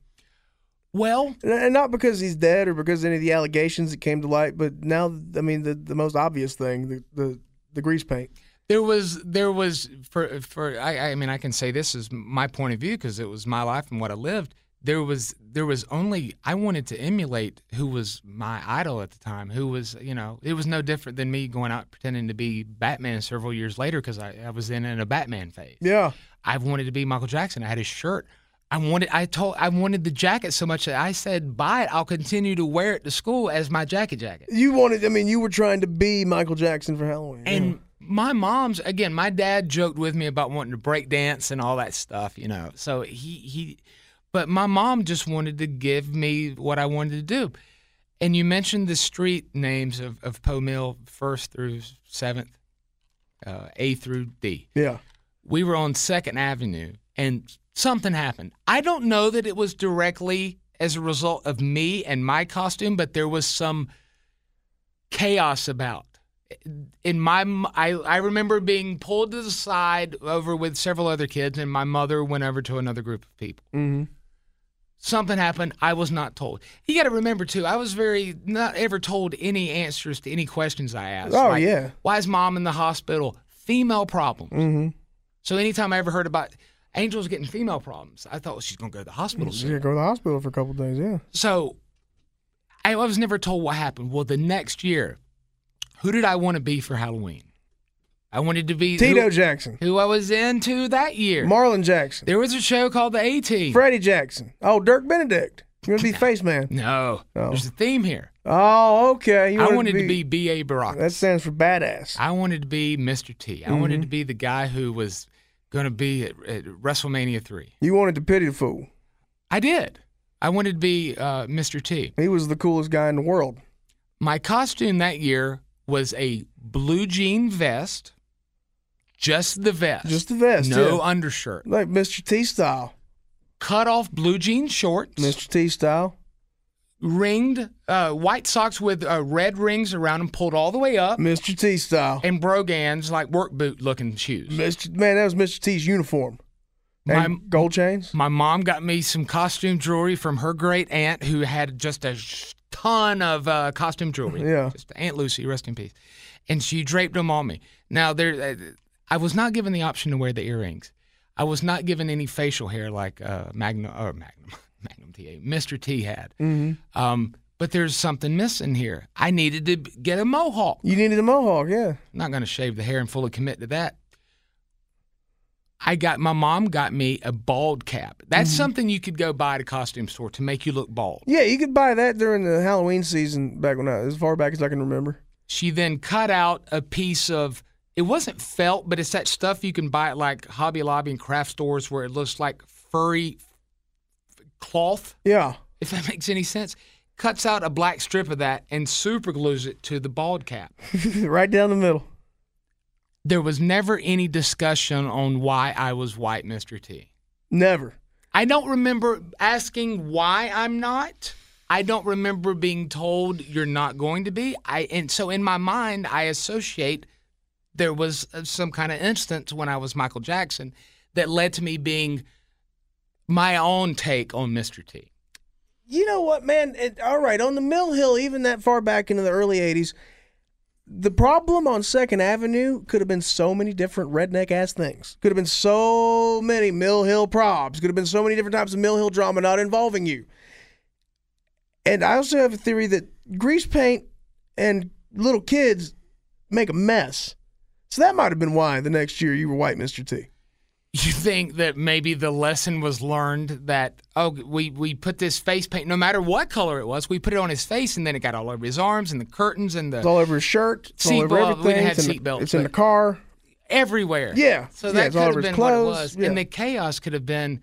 Well, and, and not because he's dead or because of any of the allegations that came to light, but now I mean the the most obvious thing the the, the grease paint. there was there was for for I I mean I can say this is my point of view because it was my life and what I lived. There was there was only I wanted to emulate who was my idol at the time, who was you know it was no different than me going out pretending to be Batman several years later because I, I was in, in a Batman phase. Yeah. I wanted to be Michael Jackson. I had his shirt. I wanted. I told. I wanted the jacket so much that I said, "Buy it. I'll continue to wear it to school as my jacket jacket." You wanted, I mean, you were trying to be Michael Jackson for Halloween. And my mom's again. My dad joked with me about wanting to break dance and all that stuff. You know. So he he, but my mom just wanted to give me what I wanted to do. And you mentioned the street names of of Poe Mill, first through seventh, uh, A through D. yeah. we were on Second Avenue and something happened. I don't know that it was directly as a result of me and my costume, but there was some chaos about. In my, m- I, I remember being pulled to the side over with several other kids, and my mother went over to another group of people. Mm-hmm. Something happened. I was not told. You got to remember too. I was very not ever told any answers to any questions I asked. Oh, yeah. Mm-hmm. Why is mom in the hospital? Female problems. So anytime I ever heard about Angel's getting female problems, I thought well, she's gonna go to the hospital She's gonna soon. go to the hospital for a couple days. Yeah. So I I was never told what happened. Well, the next year, who did I want to be for Halloween? I wanted to be Tito who, Jackson, who I was into that year. Marlon Jackson, there was a show called the A Team. Freddie Jackson. Oh, Dirk Benedict. You want to be *laughs* Face Man? no, Oh. there's a theme here. Oh, okay. You I wanted wanted to be B.A. Baracus. That Mm-hmm. stands for badass. I wanted to be Mr. T. I wanted to be the guy who was going to be at, at WrestleMania 3. You wanted to pity the fool. I did. I wanted to be uh, Mr. T. He was the coolest guy in the world. My costume that year was a blue jean vest, just the vest. Just the vest, No yeah. undershirt. Like Mr. T style. Cut off blue jean shorts, Mr. T style. ringed uh, white socks with uh, red rings around them, pulled all the way up, Mr. T style. and brogans like work boot looking shoes. Mr. Man, that was Mr. T's uniform. My- And gold chains. My mom got me some costume jewelry from her great aunt, who had just a sh- ton of uh, costume jewelry. Yeah. just Aunt Lucy, rest in peace. And she draped them on me. Now there, uh, I was not given the option to wear the earrings. I was not given any facial hair like uh, Magnum or Magnum, *laughs* Magnum TA, Mr. T had. Um, but there's something missing here. I needed to b- get a mohawk. You needed a mohawk, yeah. not going to shave the hair and fully commit to that. I got my mom got me a bald cap. That's something you could go buy at a costume store to make you look bald. Yeah, you could buy that during the Halloween season back when I, as far back as I can remember. She then cut out a piece of it wasn't felt, but it's that stuff you can buy at like Hobby Lobby and craft stores where it looks like furry f- cloth, Yeah. *laughs* if that *laughs* makes any sense. Cuts out a black strip of that and super glues it to the bald cap. right down the middle. There was never any discussion on why I was white, Mr. T. Never. I don't remember asking why I'm not. I don't remember being told you're not going to be. I and so in my mind, I associate there was uh, some kind of instance when I was Michael Jackson that led to me being my own take on Mr. T. You know what, man? It, all right, on the Mill Hill, even that far back into the early 80s, the problem on Second Avenue could have been so many different redneck ass things. Could have been so many Mill Hill probs. Could have been so many different types of Mill Hill drama not involving you. And I also have a theory that grease paint and little kids make a mess. So that might have been why the next year you were white, Mr. T. You think that maybe the lesson was learned that oh we we put this face paint no matter what color it was we put it on his face and then it got all over his arms and the curtains and the It's all over his shirt. It's all Seat over belt. We everything. didn't It's have in, seat the, belts, it's in the but- car. everywhere. Yeah. So Yeah, that it's could all have over his been what it clothes. was. Yeah. And the chaos could have been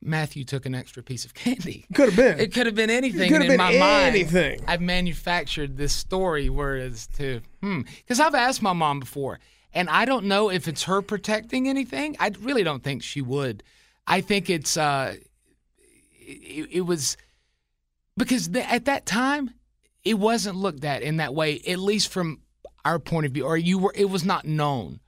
Matthew took an extra piece of candy. Could have been. It could have been anything. could and have in been my mind, anything. I've manufactured this story whereas to hmm because I've asked my mom before, and I don't know if it's her protecting anything. I really don't think she would. I think it's uh it, it was because th- at that time it wasn't looked at in that way, at least from our point of view, or you were it was not known.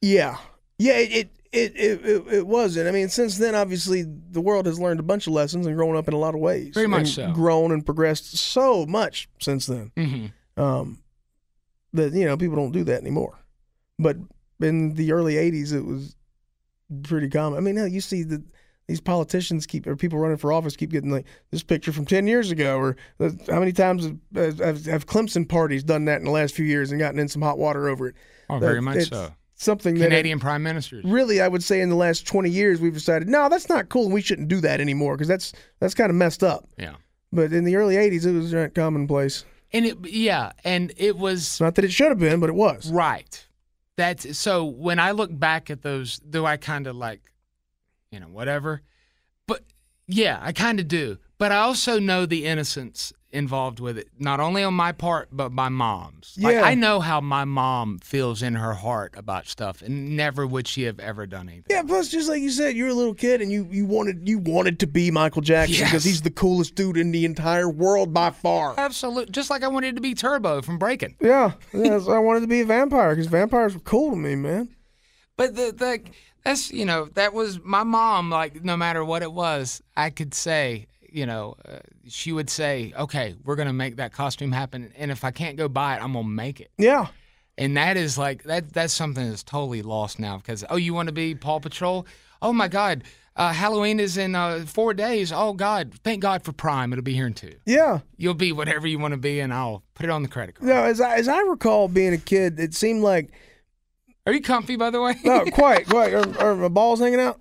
Yeah, yeah, it it, it it it it wasn't. I mean, since then, obviously, the world has learned a bunch of lessons and grown up in a lot of ways. Very much And so. Grown and progressed so much since then Mm-hmm. um, that you know people don't do that anymore. But in the early '80s, it was pretty common. I mean, now you see that these politicians keep or people running for office keep getting like this picture from 10 years ago, or uh, how many times have, have, have Clemson parties done that in the last few years and gotten in some hot water over it? Oh, very That- much it's so. Something that Canadian prime ministers. really I would say in the last 20 years we've decided no that's not cool and we shouldn't do that anymore because that's that's kind of messed up Yeah. but in the early 80s it was not commonplace And it yeah, and it was it's not that it should have been but it was right. That's so when I look back at those, do I kind of like, you know, whatever? But yeah, I kind of do. But I also know the innocence involved with it, not only on my part, but my mom's. Like, Yeah. I know how my mom feels in her heart about stuff, and never would she have ever done anything. Yeah, plus just like you said, you're a little kid and you, you wanted you wanted to be Michael Jackson Yes. because he's the coolest dude in the entire world by far. Absolutely. Just like I wanted to be Turbo from Breaking. Yeah, yeah so I wanted to be a vampire because vampires were cool to me, man. But the, the, that's, you know, that was my mom. Like, no matter what it was, I could say, you know, uh, she would say, okay, we're going to make that costume happen. And if I can't go buy it, I'm going to make it. Yeah, And that is like, that. that's something that's totally lost now because, oh, you want to be Paw Patrol? Oh, my God. Uh, Halloween is in uh, four days. Oh, God. Thank God for Prime. It'll be here in two. yeah. You'll be whatever you want to be, and I'll put it on the credit card. No, as I, as I recall being a kid, it seemed like Are you comfy, by the way? no, *laughs* quite, quite. Are, are my balls hanging out?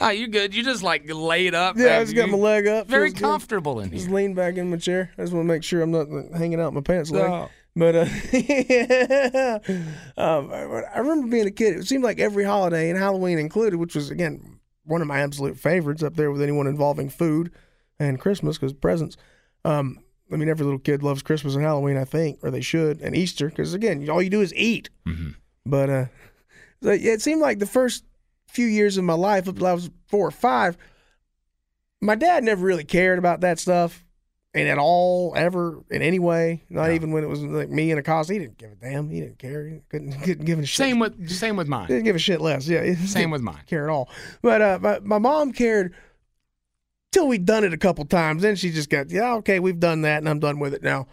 Oh, you're good. You just like laid up. Yeah, I man. just got You- my leg up. Very feels good. comfortable in Just here. lean back in my chair. I just want to make sure I'm not like, hanging out my pants leg. No. But uh, *laughs* um, I, I remember being a kid. It seemed like every holiday and Halloween included, which was again one of my absolute favorites up there with anyone involving food and Christmas because presents. Um, I mean, every little kid loves Christmas and Halloween, I think, or they should, and Easter because again, all you do is eat. Mm-hmm. But uh, so, yeah, it seemed like the first few years of my life, up till I was four or five, my dad never really cared about that stuff, and at all, ever, in any way. Not even when it was like me and a cause, he didn't give a damn. He didn't care. He couldn't, *laughs* couldn't give a shit. Same with same with He mine. didn't give a shit less. Yeah, *laughs* he Same didn't with mine. care at all. But uh, my, my mom cared till we'd done it a couple times. Then she just got, yeah, okay, we've done that, and I'm done with it now.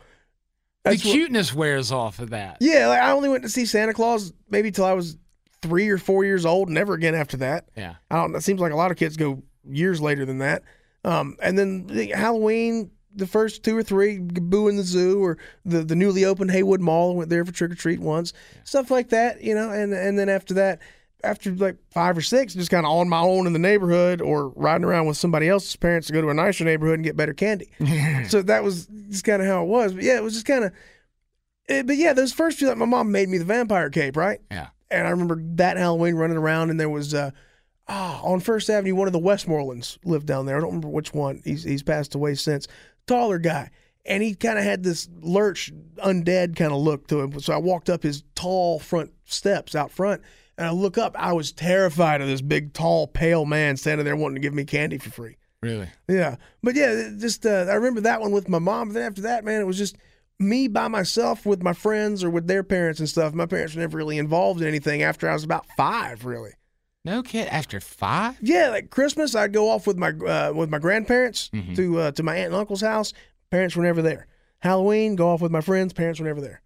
The That's what- cuteness wears off of that. yeah, like I only went to see Santa Claus maybe till I was three or four years old. Never again after that. Yeah. I don't. It seems like a lot of kids go years later than that. Um, and then the Halloween, the first two or three, Boo in the Zoo or the the newly opened Haywood Mall. I went there for trick or treat once, stuff like that, you know. And and then after that, after like five or six, just kind of on my own in the neighborhood or riding around with somebody else's parents to go to a nicer neighborhood and get better candy. so that was just kind of how it was. But yeah, it was just kind of. But yeah, those first few, like my mom made me the vampire cape, right? Yeah. and I remember that Halloween running around, and there was uh, ah, on First Avenue, one of the Westmorelands lived down there. I don't remember which one. He's he's passed away since. Taller guy, and he kind of had this lurch undead kind of look to him. So I walked up his tall front steps out front, and I look up. I was terrified of this big, tall, pale man standing there wanting to give me candy for free. Really. Yeah, but yeah, it just uh, I remember that one with my mom. Then after that, man, it was just me by myself with my friends or with their parents and stuff. My parents were never really involved in anything after I was about five, really. No kid after five? Yeah, like Christmas, I'd go off with my uh, with my grandparents to uh, to my aunt and uncle's house. Parents were never there. Halloween, go off with my friends. Parents were never there.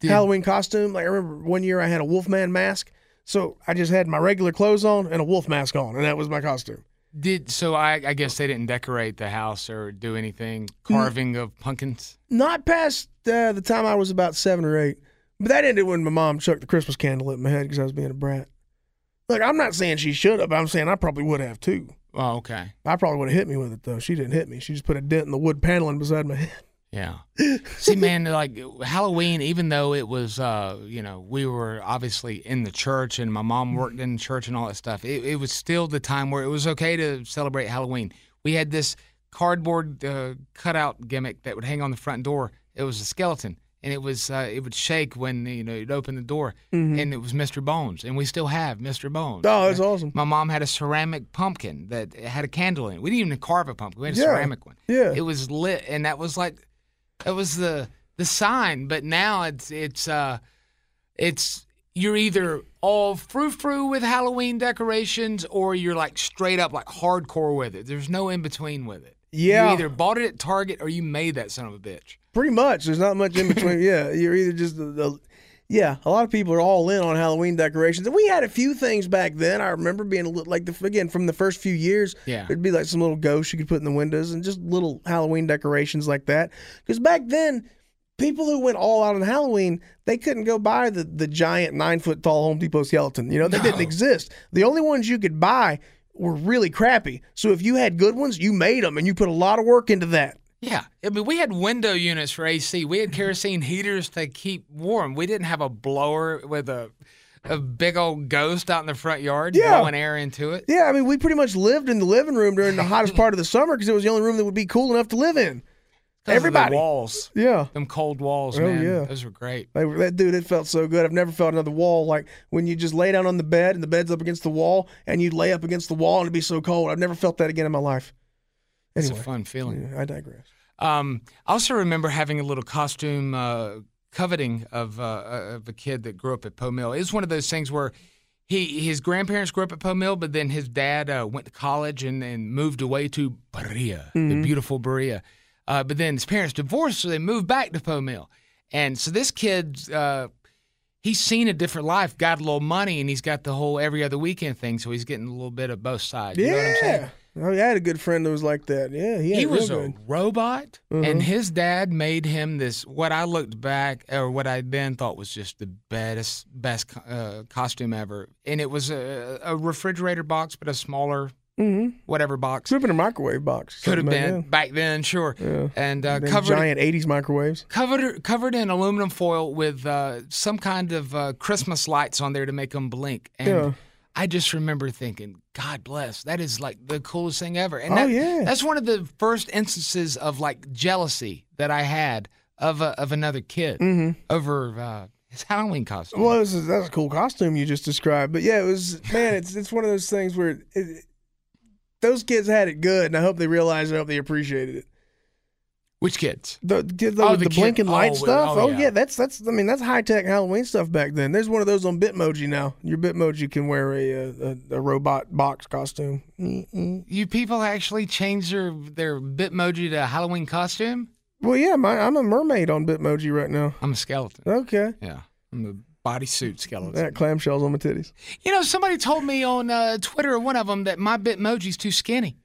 Dude. Halloween costume, like I remember one year I had a Wolfman mask, so I just had my regular clothes on and a wolf mask on, and that was my costume. Did so I, I guess they didn't decorate the house or do anything. Carving of pumpkins. Not past uh, the time I was about seven or eight. But that ended when my mom chucked the Christmas candle at my head because I was being a brat. Look, I'm not saying she should have, but I'm saying I probably would have too. Oh, okay. I probably would have hit me with it though. She didn't hit me. She just put a dent in the wood paneling beside my *laughs* head. Yeah. See, man, like Halloween, even though it was, uh, you know, we were obviously in the church and my mom worked in church and all that stuff, it, it was still the time where it was okay to celebrate Halloween. We had this cardboard uh, cutout gimmick that would hang on the front door. It was a skeleton and it was, uh, it would shake when, you know, you'd open the door and it was Mr. Bones. And we still have Mr. Bones. Oh, that's awesome. My mom had a ceramic pumpkin that had a candle in it. We didn't even carve a pumpkin. We had a Yeah. ceramic one. Yeah. It was lit and that was like that was the the sign, but now it's it's uh it's you're either all frou frou with Halloween decorations or you're like straight up like hardcore with it. There's no in between with it. Yeah. You either bought it at Target or you made that son of a bitch. Pretty much. There's not much in between. yeah, you're either just the, the. Yeah, a lot of people are all in on Halloween decorations, and we had a few things back then. I remember being a little like the again from the first few years. Yeah. it'd be like some little ghosts you could put in the windows, and just little Halloween decorations like that. Because back then, people who went all out on Halloween, they couldn't go buy the the giant nine foot tall Home Depot skeleton. You know, they didn't exist. The only ones you could buy were really crappy. So if you had good ones, you made them, and you put a lot of work into that. Yeah. I mean, we had window units for AC. We Mm-hmm. had kerosene heaters to keep warm. We didn't have a blower with a a big old ghost out in the front yard Yeah. blowing air into it. Yeah, I mean, *laughs* we pretty much lived in the living room during the hottest part of the summer because it was the only room that would be cool enough to live in. Those are the Everybody. walls. Yeah. Them cold walls, Oh, man. yeah. Those were great. They were- that dude, it felt so good. I've never felt another wall like when you just lay down on the bed and the bed's up against the wall and you lay up against the wall and it'd be so cold. I've never felt that again in my life. It's Anyway. a fun feeling. Yeah, I digress. Um, I also remember having a little costume uh, coveting of, uh, of a kid that grew up at Poe Mill. It was one of those things where he his grandparents grew up at Poe Mill, but then his dad uh, went to college and, and moved away to Berea, the beautiful Berea. Uh, but then his parents divorced, so they moved back to Poe Mill. And so this kid's uh, he's seen a different life, got a little money, and he's got the whole every other weekend thing. So he's getting a little bit of both sides. You know what I'm saying? Yeah. I, mean, I had a good friend that was like that. Yeah, he, had he it was real a good. Mm-hmm. robot, and his dad made him this. What I looked back, or what I then thought was just the best, best uh, costume ever, and it was a, a refrigerator box, but a smaller, whatever box. Could have been a microwave box. Could have Mm-hmm. Something like been that. back then, sure, and uh, Them covered giant '80s microwaves. covered covered in aluminum foil with uh, some kind of uh, Christmas lights on there to make them blink. And Yeah. I just remember thinking, God bless, that is like the coolest thing ever. And Oh, that, yeah. that's one of the first instances of like jealousy that I had of a, of another kid over uh, his Halloween costume. Mm-hmm. Well, it was, that's a cool costume you just described. But yeah, it was man. It's it's one of those things where it, it, those kids had it good, and I hope they realized. it. I hope they appreciated it. Which kids? The the, the, Oh, the the kid- blinking light oh, stuff. oh, Oh, yeah. yeah. that's that's I mean that's high tech Halloween stuff back then. There's one of those on Bitmoji now. Your Bitmoji can wear a a, a, a robot box costume. Mm-mm. You people actually changed their their Bitmoji to Halloween costume? Well, yeah, my, I'm a mermaid on Bitmoji right now. I'm a skeleton. Okay, Yeah, I'm a bodysuit skeleton. that clamshells on my titties. You know, somebody told me on uh, Twitter, one of them, that my Bitmoji's too skinny.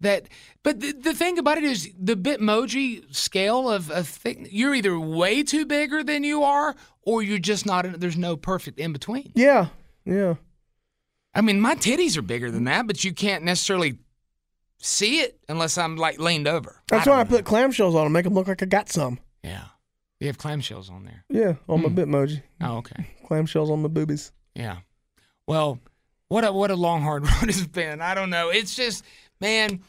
That, but the, the thing about it is the Bitmoji scale of a thing. You're either way too bigger than you are, or you're just not. There's no perfect in between. Yeah, yeah. I mean, my titties are bigger than that, but you can't necessarily see it unless I'm like leaned over. That's don't why I know. put clamshells on them, make them look like I got some. Yeah, you have clamshells on there. Yeah, on my Bitmoji. Oh, okay. Clamshells on my boobies. Yeah. Well, what a what a long hard *laughs* road it's been. I don't know. It's just man,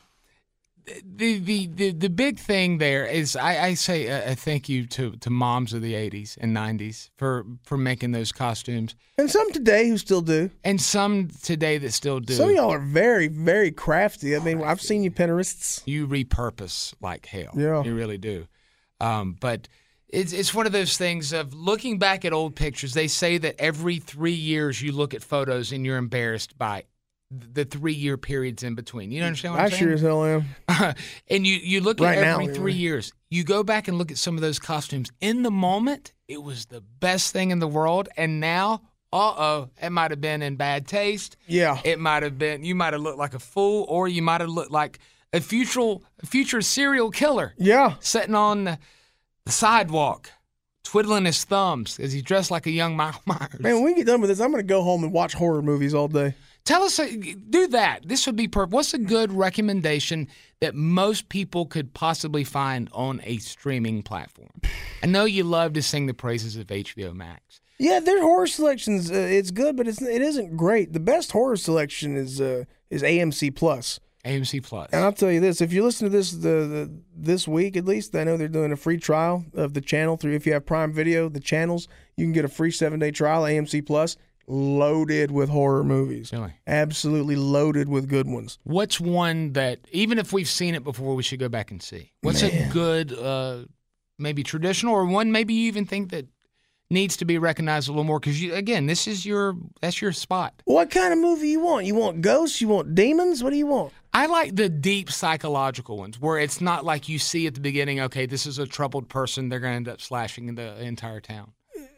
the the the, the big thing there is I, I say a, a thank you to, to moms of the '80s and '90s for for making those costumes, And some today who still do. and some today that still do. Some of y'all are very, very crafty. I mean, I've seen you Pinterests. you repurpose like hell. Yeah. you really do. Um, but it's it's one of those things of looking back at old pictures. They say that every three years you look at photos and you're embarrassed by th- the three year periods in between. You understand what I'm I sure as saying? hell am. *laughs* and you you look at Right now, every three anyway. years. You go back and look at some of those costumes in the moment. It was the best thing in the world, and now. Uh oh, it might have been in bad taste. Yeah. It might have been you might have looked like a fool, or you might have looked like a future future serial killer Yeah. sitting on the sidewalk, twiddling his thumbs as he dressed like a young Michael *laughs* Myers. Man, when we get done with this, I'm going to go home and watch horror movies all day. Tell us, uh, do that. This would be perfect. What's a good recommendation that most people could possibly find on a streaming platform? I know you love to sing the praises of HBO Max. Yeah, their horror selections, uh, it's good, but it's it isn't great. The best horror selection is uh, is AMC Plus. AMC Plus. And I'll tell you this: if you listen to this the, the this week, at least I know they're doing a free trial of the channel through. If you have Prime Video, the channels you can get a free seven day trial. AMC Plus loaded with horror movies, Really? absolutely loaded with good ones. What's one that, even if we've seen it before, we should go back and see? What's a good, uh, maybe traditional, or one maybe you even think that needs to be recognized a little more? Because, again, this is your, that's your spot. What kind of movie you want? You want ghosts? You want demons? What do you want? I like the deep psychological ones where it's not like you see at the beginning, okay, this is a troubled person. They're going to end up slashing the entire town.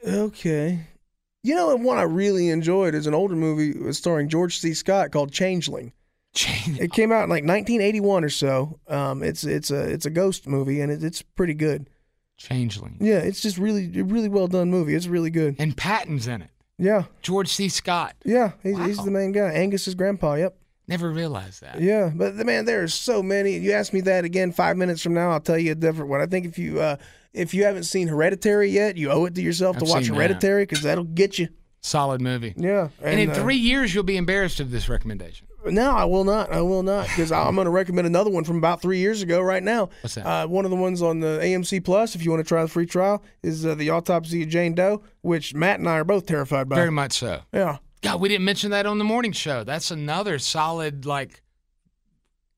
Okay. You know, and one I really enjoyed is an older movie starring George C. Scott called Changeling. Jane, It came out in like 1981 or so. Um, it's it's a it's a ghost movie and it, it's pretty good. Changeling. Yeah, it's just really, a really well done movie. It's really good. And Patton's in it. Yeah, George C. Scott. yeah, he's, he's Wow. the main guy. Angus's grandpa. Yep. Never realized that. Yeah, but the man, there are so many. You ask me that again five minutes from now, I'll tell you a different one. I think if you uh, if you haven't seen Hereditary yet, you owe it to yourself to I've watch seen that. Hereditary because that'll get you. Solid movie. Yeah, And, in uh, three years, you'll be embarrassed of this recommendation. No, I will not. I will not because I'm going to recommend another one from about three years ago right now. What's that? Uh, one of the ones on the AMC Plus, if you want to try the free trial, is uh, the autopsy of Jane Doe, which Matt and I are both terrified by. Very much so. yeah, God, we didn't mention that on the morning show. That's another solid, like,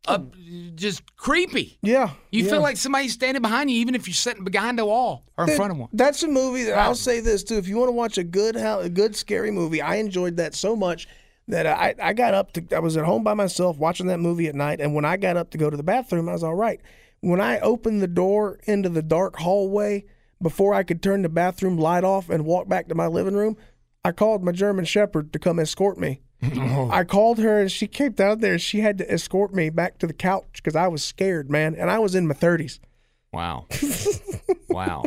up, just creepy. yeah. You yeah. feel like somebody's standing behind you, even if you're sitting behind a wall or in That- front of one. That's a movie that I'll say this too. If you want to watch a good how a good scary movie, I enjoyed that so much that I I got up to I was at home by myself watching that movie at night, and when I got up to go to the bathroom, I was all right. When I opened the door into the dark hallway before I could turn the bathroom light off and walk back to my living room, I called my German Shepherd to come escort me. I called her and she came down there. and She had to escort me back to the couch because I was scared, man, and I was in my thirties. *laughs* Wow. wow.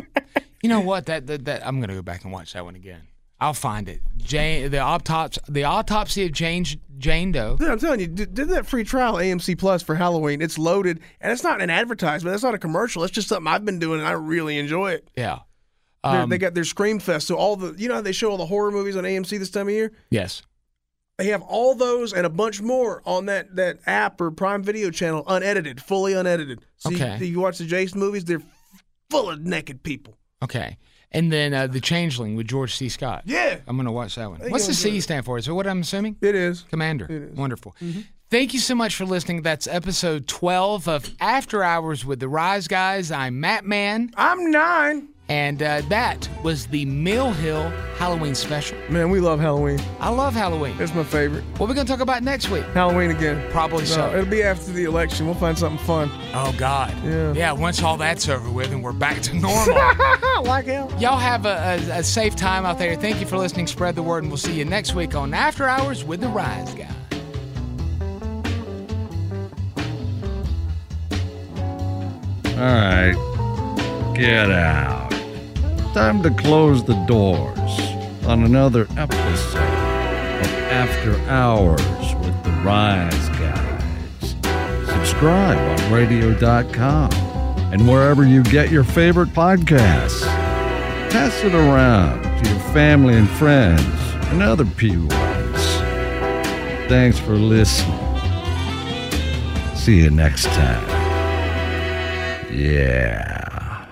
You know what? That, that that I'm gonna go back and watch that one again. I'll find it. Jane, the autopsy, the autopsy of Jane Jane Doe. Dude, I'm telling you, d- did that free trial AMC Plus for Halloween. It's loaded, and it's not an advertisement. That's not a commercial. It's just something I've been doing, and I really enjoy it. Yeah. Um, They're- they got their Scream Fest, so all the you know how they show all the horror movies on AMC this time of year. Yes. They have all those and a bunch more on that that app or Prime Video channel, unedited, fully unedited. So you- Okay. you, watch the Jason movies; they're full of naked people. Okay. And then uh, the Changeling with George C. Scott. Yeah, I'm gonna watch that one. think What's you'll the enjoy C it. stand for? Is it what I'm assuming? it is. Mm-hmm. Commander. Wonderful. Thank you so much for listening. That's episode 12 of After Hours with the Rise Guys. I'm Matt Mann, I'm nine. and uh, that was the Mill Hill Halloween special. Man, we love Halloween. I love Halloween. It's my favorite. What are we going to talk about next week? Halloween again. Probably so. No, it'll be after the election. We'll find something fun. Oh, God. Yeah. Yeah, once all that's over with and we're back to normal. like hell. *laughs* Y'all have a, a, a safe time out there. Thank you for listening. Spread the word, and we'll see you next week on After Hours with the Rise Guy. All right. Get out. Time to close the doors on another episode of After Hours with the Rise Guys. Subscribe on radio.com and wherever you get your favorite podcasts. Pass it around to your family and friends and other P1s. Thanks for listening. See you next time. Yeah.